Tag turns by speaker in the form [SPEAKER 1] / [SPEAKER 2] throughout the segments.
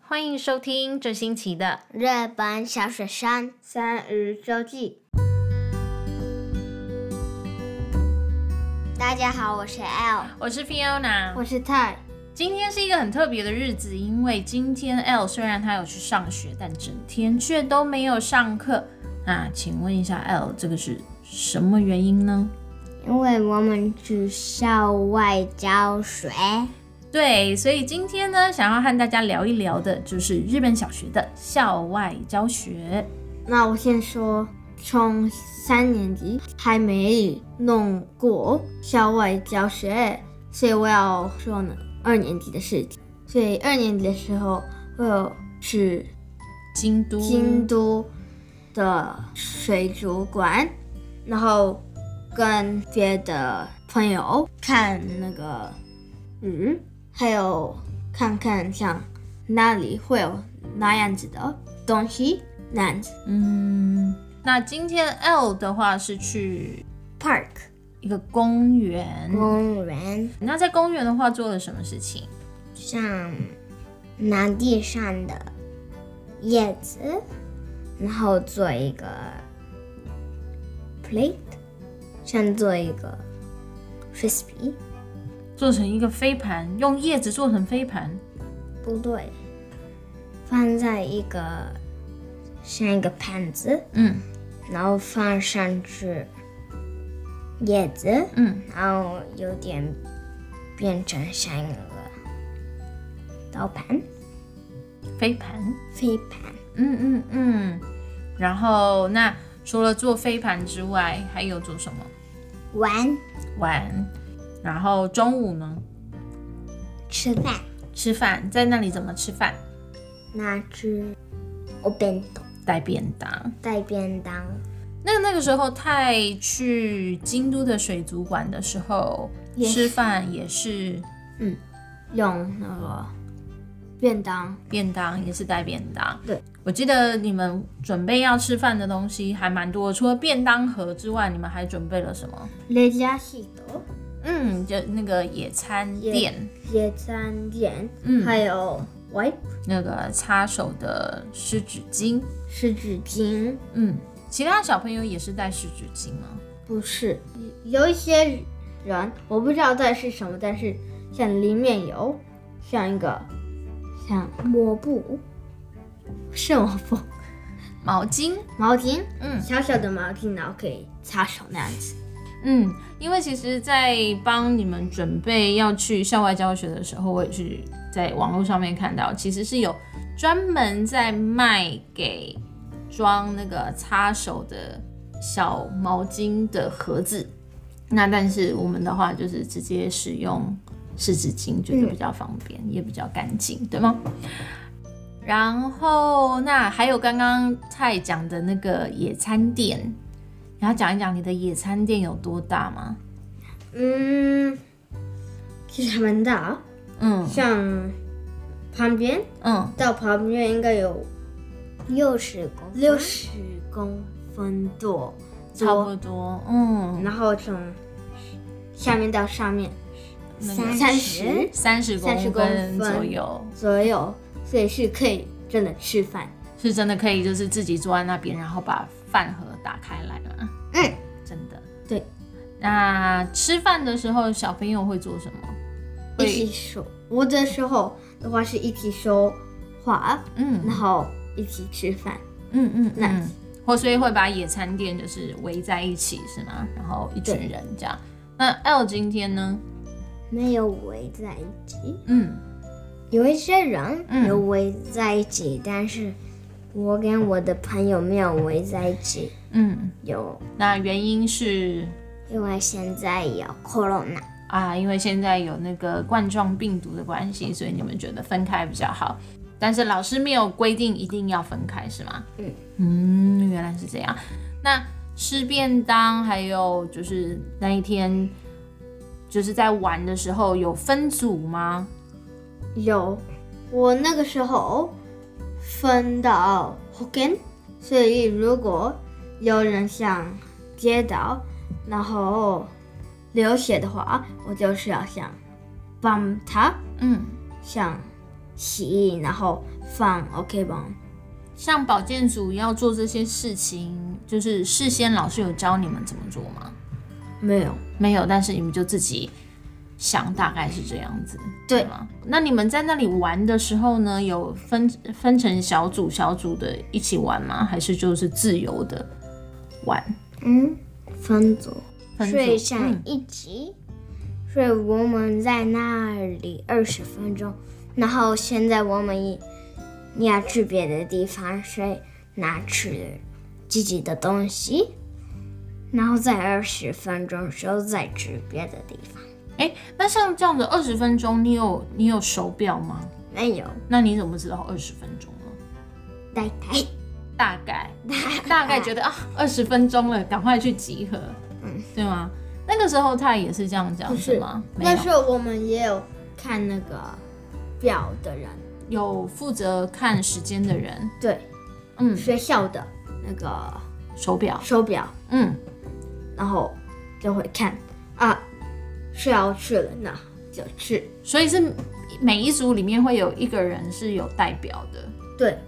[SPEAKER 1] 欢迎收听这星期的
[SPEAKER 2] 日本小雪山三日周记。大家好，我是 L，
[SPEAKER 1] 我是 Fiona，
[SPEAKER 2] 我是泰。
[SPEAKER 1] 今天是一个很特别的日子，因为今天 L 虽然他有去上学，但整天却都没有上课。那请问一下 L，这个是什么原因呢？
[SPEAKER 2] 因为我们去校外教学，
[SPEAKER 1] 对，所以今天呢，想要和大家聊一聊的就是日本小学的校外教学。
[SPEAKER 2] 那我先说，从三年级还没弄过校外教学，所以我要说呢二年级的事情。所以二年级的时候，我有去
[SPEAKER 1] 京都，
[SPEAKER 2] 京都的水族馆，然后跟别的朋友看那个鱼，还有看看像那里会有那样子的东西，那样子
[SPEAKER 1] 嗯，那今天 L 的话是去
[SPEAKER 2] park
[SPEAKER 1] 一个公园。
[SPEAKER 2] 公园，
[SPEAKER 1] 那在公园的话做了什么事情？
[SPEAKER 2] 像拿地上的叶子，然后做一个 plate，像做一个 frisbee。
[SPEAKER 1] 做成一个飞盘，用叶子做成飞盘。
[SPEAKER 2] 不对，放在一个像一个盘子，
[SPEAKER 1] 嗯
[SPEAKER 2] 然后放上去叶子，
[SPEAKER 1] 嗯，
[SPEAKER 2] 然后有点变成像一个刀盘、
[SPEAKER 1] 飞盘。
[SPEAKER 2] 飞盘。
[SPEAKER 1] 嗯嗯嗯。然后那除了做飞盘之外，还有做什么？
[SPEAKER 2] 玩
[SPEAKER 1] 玩。然后中午呢？
[SPEAKER 2] 吃饭，
[SPEAKER 1] 吃饭，在那里怎么吃饭？
[SPEAKER 2] 那只我便当
[SPEAKER 1] 带便当。
[SPEAKER 2] 带便当，
[SPEAKER 1] 那那个时候太去京都的水族馆的时候，
[SPEAKER 2] 也
[SPEAKER 1] 吃
[SPEAKER 2] 是
[SPEAKER 1] 饭也是
[SPEAKER 2] 用那个便当
[SPEAKER 1] 便当，也是带便当。
[SPEAKER 2] 对，
[SPEAKER 1] 我记得你们准备要吃饭的东西还蛮多，除了便当盒之外，你们还准备了什么？
[SPEAKER 2] レジャーシート、
[SPEAKER 1] 嗯，就那个野餐垫，
[SPEAKER 2] 野餐垫，
[SPEAKER 1] 嗯
[SPEAKER 2] 还有 wipe
[SPEAKER 1] 那个擦手的湿纸巾。
[SPEAKER 2] 湿纸巾。
[SPEAKER 1] 嗯，其他小朋友也是带湿纸巾吗？
[SPEAKER 2] 不是，有一些人我不知道这是什么，但是像里面有像一个像抹布，是抹布，
[SPEAKER 1] 毛巾。
[SPEAKER 2] 毛巾，
[SPEAKER 1] 嗯
[SPEAKER 2] 小小的毛巾，然后可以擦手那样子。
[SPEAKER 1] 嗯，因为其实，在帮你们准备要去校外教学的时候，我也是在网络上面看到，其实是有专门在卖给装那个擦手的小毛巾的盒子。那但是我们的话，就是直接使用湿纸巾，觉得比较方便，也比较干净，对吗？然后，那还有刚刚蔡讲的那个野餐垫，你要讲一讲你的野餐垫有多大吗？
[SPEAKER 2] 嗯，其实还蛮大，啊
[SPEAKER 1] 嗯
[SPEAKER 2] 像旁边
[SPEAKER 1] 嗯，
[SPEAKER 2] 到旁边应该有六十公六十公分多，
[SPEAKER 1] 差不多，嗯，
[SPEAKER 2] 然后从下面到上面
[SPEAKER 1] 那个
[SPEAKER 2] 十
[SPEAKER 1] 三十
[SPEAKER 2] 30
[SPEAKER 1] 公
[SPEAKER 2] 公
[SPEAKER 1] 分
[SPEAKER 2] 分
[SPEAKER 1] 左右，
[SPEAKER 2] 左右，所以是可以真的吃饭。
[SPEAKER 1] 是真的可以就是自己坐在那边，然后把饭盒打开来嘛，
[SPEAKER 2] 嗯，
[SPEAKER 1] 真的。
[SPEAKER 2] 对，
[SPEAKER 1] 那吃饭的时候小朋友会做什么？
[SPEAKER 2] 一起说。我的时候的话是一起说话，
[SPEAKER 1] 嗯
[SPEAKER 2] 然后一起吃饭。
[SPEAKER 1] 嗯嗯
[SPEAKER 2] 那
[SPEAKER 1] 嗯，或所以会把野餐垫就是围在一起是吗？然后一群人这样。那 L 今天呢？
[SPEAKER 2] 没有围在一起，
[SPEAKER 1] 嗯，
[SPEAKER 2] 有一些人
[SPEAKER 1] 嗯
[SPEAKER 2] 有围在一起，但是我跟我的朋友没有围在一起，
[SPEAKER 1] 嗯，
[SPEAKER 2] 有
[SPEAKER 1] 那原因是
[SPEAKER 2] 因为现在有 corona。
[SPEAKER 1] 啊，因为现在有那个冠状病毒的关系，所以你们觉得分开比较好。但是老师没有规定一定要分开，是吗？
[SPEAKER 2] 嗯
[SPEAKER 1] 嗯，原来是这样。那吃便当，还有就是那一天就是在玩的时候有分组吗？
[SPEAKER 2] 有，我那个时候分到 Hoken，所以如果有人想跌倒，然后流血的话，我就是要想帮他，
[SPEAKER 1] 嗯
[SPEAKER 2] 想洗衣，然后放 OK 绷。
[SPEAKER 1] 像保健组要做这些事情，就是事先老师有教你们怎么做吗？
[SPEAKER 2] 没有，
[SPEAKER 1] 没有，但是你们就自己想，大概是这样子，
[SPEAKER 2] 对
[SPEAKER 1] 吗？那你们在那里玩的时候呢，有分分成小组小组的一起玩吗？还是就是自由的玩？
[SPEAKER 3] 嗯，分组，
[SPEAKER 1] 分组
[SPEAKER 3] 睡上
[SPEAKER 1] 嗯
[SPEAKER 3] 一集，所以我们在那里二十分钟，然后现在我们也要去别的地方，所以拿吃自己的东西，然后在二十分钟时候再去别的地方。
[SPEAKER 1] 哎、那像这样子二十分钟，你有你有手表吗？
[SPEAKER 3] 没有，
[SPEAKER 1] 那你怎么知道二十分钟呢？
[SPEAKER 3] 大概
[SPEAKER 1] 大概大概觉得啊，二十分钟了，赶快去集合，嗯
[SPEAKER 3] 嗯，
[SPEAKER 1] 对吗？那个时候他也是这样讲
[SPEAKER 2] 不
[SPEAKER 1] 是
[SPEAKER 2] 是
[SPEAKER 1] 吗？没
[SPEAKER 2] 那
[SPEAKER 1] 有
[SPEAKER 2] 时候我们也有看那个表的人，
[SPEAKER 1] 有负责看时间的人，
[SPEAKER 2] 对，
[SPEAKER 1] 嗯，
[SPEAKER 2] 学校的那个
[SPEAKER 1] 手表，
[SPEAKER 2] 手表，
[SPEAKER 1] 嗯，
[SPEAKER 2] 然后就会看啊，是要去了，那就去。
[SPEAKER 1] 所以是每一组里面会有一个人是有戴表的，
[SPEAKER 2] 对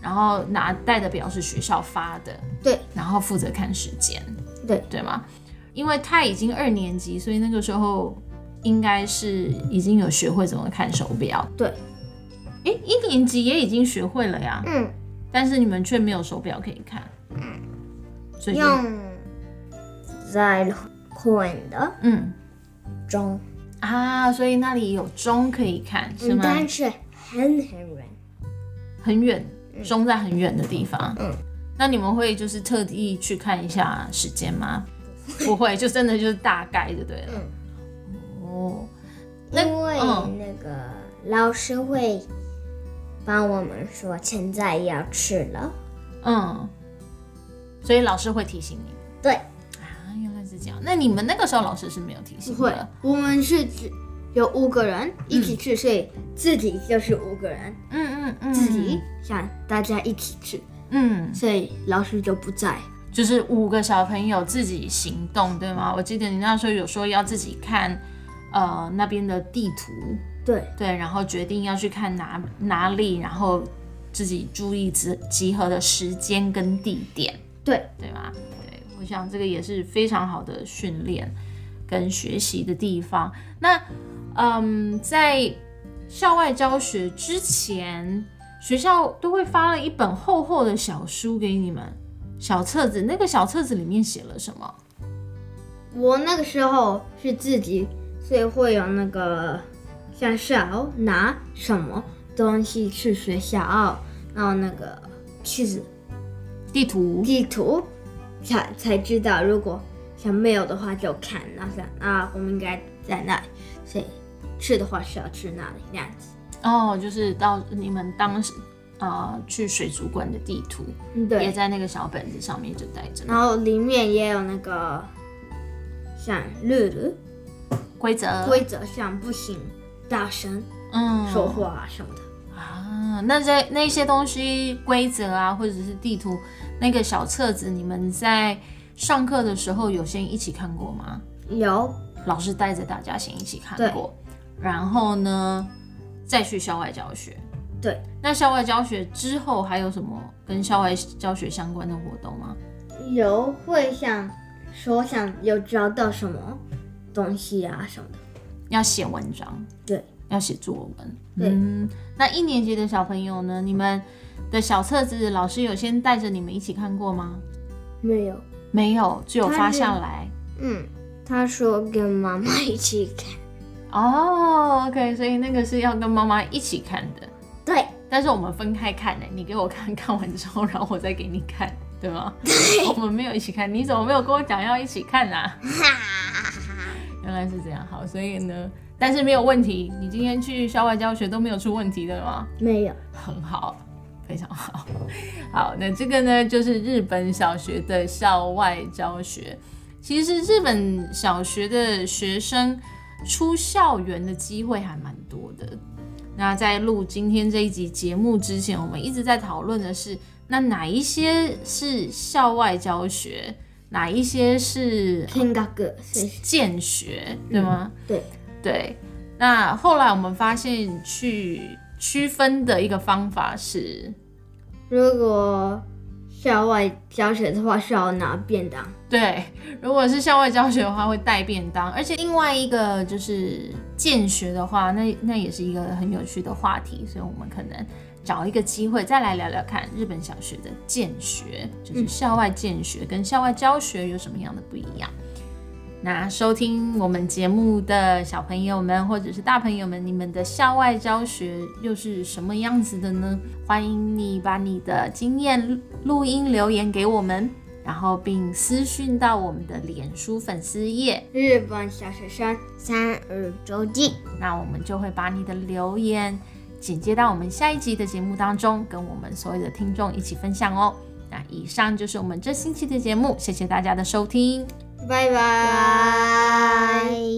[SPEAKER 1] 然后拿戴的表是学校发的，
[SPEAKER 2] 对，
[SPEAKER 1] 然后负责看时间，
[SPEAKER 2] 对
[SPEAKER 1] 对吗？因为他已经二年级，所以那个时候应该是已经有学会怎么看手表。
[SPEAKER 2] 对，
[SPEAKER 1] 诶，一年级也已经学会了呀，
[SPEAKER 3] 嗯，
[SPEAKER 1] 但是你们却没有手表可以看，
[SPEAKER 2] 嗯
[SPEAKER 1] 所以就
[SPEAKER 3] 用在混的
[SPEAKER 1] 嗯
[SPEAKER 3] 中，
[SPEAKER 1] 啊，所以那里有钟可以看是
[SPEAKER 3] 嗯
[SPEAKER 1] 吗？
[SPEAKER 3] 但是很很远。
[SPEAKER 1] 很远，钟在很远的地方。嗯
[SPEAKER 3] 嗯，
[SPEAKER 1] 那你们会就是特地去看一下时间吗？不会，就真的就是大概就对了。哦，那
[SPEAKER 3] 因为
[SPEAKER 1] 嗯
[SPEAKER 3] 那个老师会帮我们说现在要吃了，
[SPEAKER 1] 嗯，所以老师会提醒你
[SPEAKER 3] 对，
[SPEAKER 1] 啊，原来是这样。那你们那个时候老师是没有提醒
[SPEAKER 2] 不会
[SPEAKER 1] 的，，
[SPEAKER 2] 我们是只有五个人一起去，所以自己就是五个人，
[SPEAKER 1] 嗯嗯嗯，
[SPEAKER 2] 自己想大家一起去，
[SPEAKER 1] 嗯，
[SPEAKER 2] 所以老师就不在。
[SPEAKER 1] 就是五个小朋友自己行动，对吗？我记得你那时候有说要自己看，呃，那边的地图，
[SPEAKER 3] 嗯
[SPEAKER 2] 对
[SPEAKER 1] 对，然后决定要去看哪哪里，然后自己注意集集合的时间跟地点，
[SPEAKER 2] 对，
[SPEAKER 1] 对吗？对，我想这个也是非常好的训练跟学习的地方。那嗯，在校外教学之前，学校都会发了一本厚厚的小书给你们，小册子。那个小册子里面写了什么？
[SPEAKER 2] 我那个时候是自己，所以会有那个像是要拿什么东西去学校，然后那个去
[SPEAKER 1] 地图。
[SPEAKER 2] 地图才才知道，如果想没有的话就看，然后想啊，我们应该在那里，所以去的话是要去那里那样子。
[SPEAKER 1] 哦，就是到你们当时呃去水族馆的地图，
[SPEAKER 2] 嗯，
[SPEAKER 1] 也
[SPEAKER 2] 对。啊
[SPEAKER 1] 在那个小本子上面就带着
[SPEAKER 2] 然后里面也有那个像律律
[SPEAKER 1] 规则，
[SPEAKER 2] 规则，像不行大声
[SPEAKER 1] 嗯
[SPEAKER 2] 说话啊什么的。
[SPEAKER 1] 啊。那在那些东西规则啊，或者是地图那个小册子，你们在上课的时候有先一起看过吗？
[SPEAKER 2] 有
[SPEAKER 1] 老师带着大家先一起看过，然后呢再去校外教学。
[SPEAKER 2] 对，
[SPEAKER 1] 那校外教学之后还有什么跟校外教学相关的活动吗？
[SPEAKER 2] 有会像说像有找到什么东西啊什么的。
[SPEAKER 1] 要写文章，
[SPEAKER 2] 对，
[SPEAKER 1] 要写作文，
[SPEAKER 2] 对
[SPEAKER 1] 嗯，那一年级的小朋友呢？你们的小册子老师有先带着你们一起看过吗？
[SPEAKER 3] 没有，
[SPEAKER 1] 没有，只有
[SPEAKER 3] 他
[SPEAKER 1] 发
[SPEAKER 3] 是
[SPEAKER 1] 下来。
[SPEAKER 3] 嗯，他说跟妈妈一起看，
[SPEAKER 1] 哦，OK，所以那个是要跟妈妈一起看的，
[SPEAKER 3] 对，
[SPEAKER 1] 但是我们分开看呢、你给我看看完之后，然后我再给你看，对 吗？我们没有一起看，你怎么没有跟我讲要一起看 啊？原来是这样，好，所以呢，但是没有问题，你今天去校外教学都没有出问题，对吗？
[SPEAKER 3] 没有，
[SPEAKER 1] 很好，非常好。好，那这个呢，就是日本小学的校外教学。其实日本小学的学生出校园的机会还蛮多的。那在录今天这一集节目之前，我们一直在讨论的是，那哪一些是校外教学，哪一些是
[SPEAKER 2] k i n g a g 所以
[SPEAKER 1] 建学，对吗？
[SPEAKER 2] 对
[SPEAKER 1] 对。那后来我们发现去区分的一个方法是，
[SPEAKER 2] 如果校外教学的话，是要拿便当。
[SPEAKER 1] 对，如果是校外教学的话，会带便当，而且另外一个就是见学的话，那那也是一个很有趣的话题，所以我们可能找一个机会再来聊聊看日本小学的见学，就是校外见学跟校外教学有什么样的不一样。那收听我们节目的小朋友们，或者是大朋友们，你们的校外教学又是什么样子的呢？欢迎你把你的经验录音留言给我们，然后并私讯到我们的脸书粉丝页，
[SPEAKER 2] 日本小学生，
[SPEAKER 3] 三日周记，
[SPEAKER 1] 那我们就会把你的留言剪接到我们下一集的节目当中，跟我们所有的听众一起分享哦。那以上就是我们这星期的节目，谢谢大家的收听。
[SPEAKER 2] 拜拜。
[SPEAKER 3] 拜。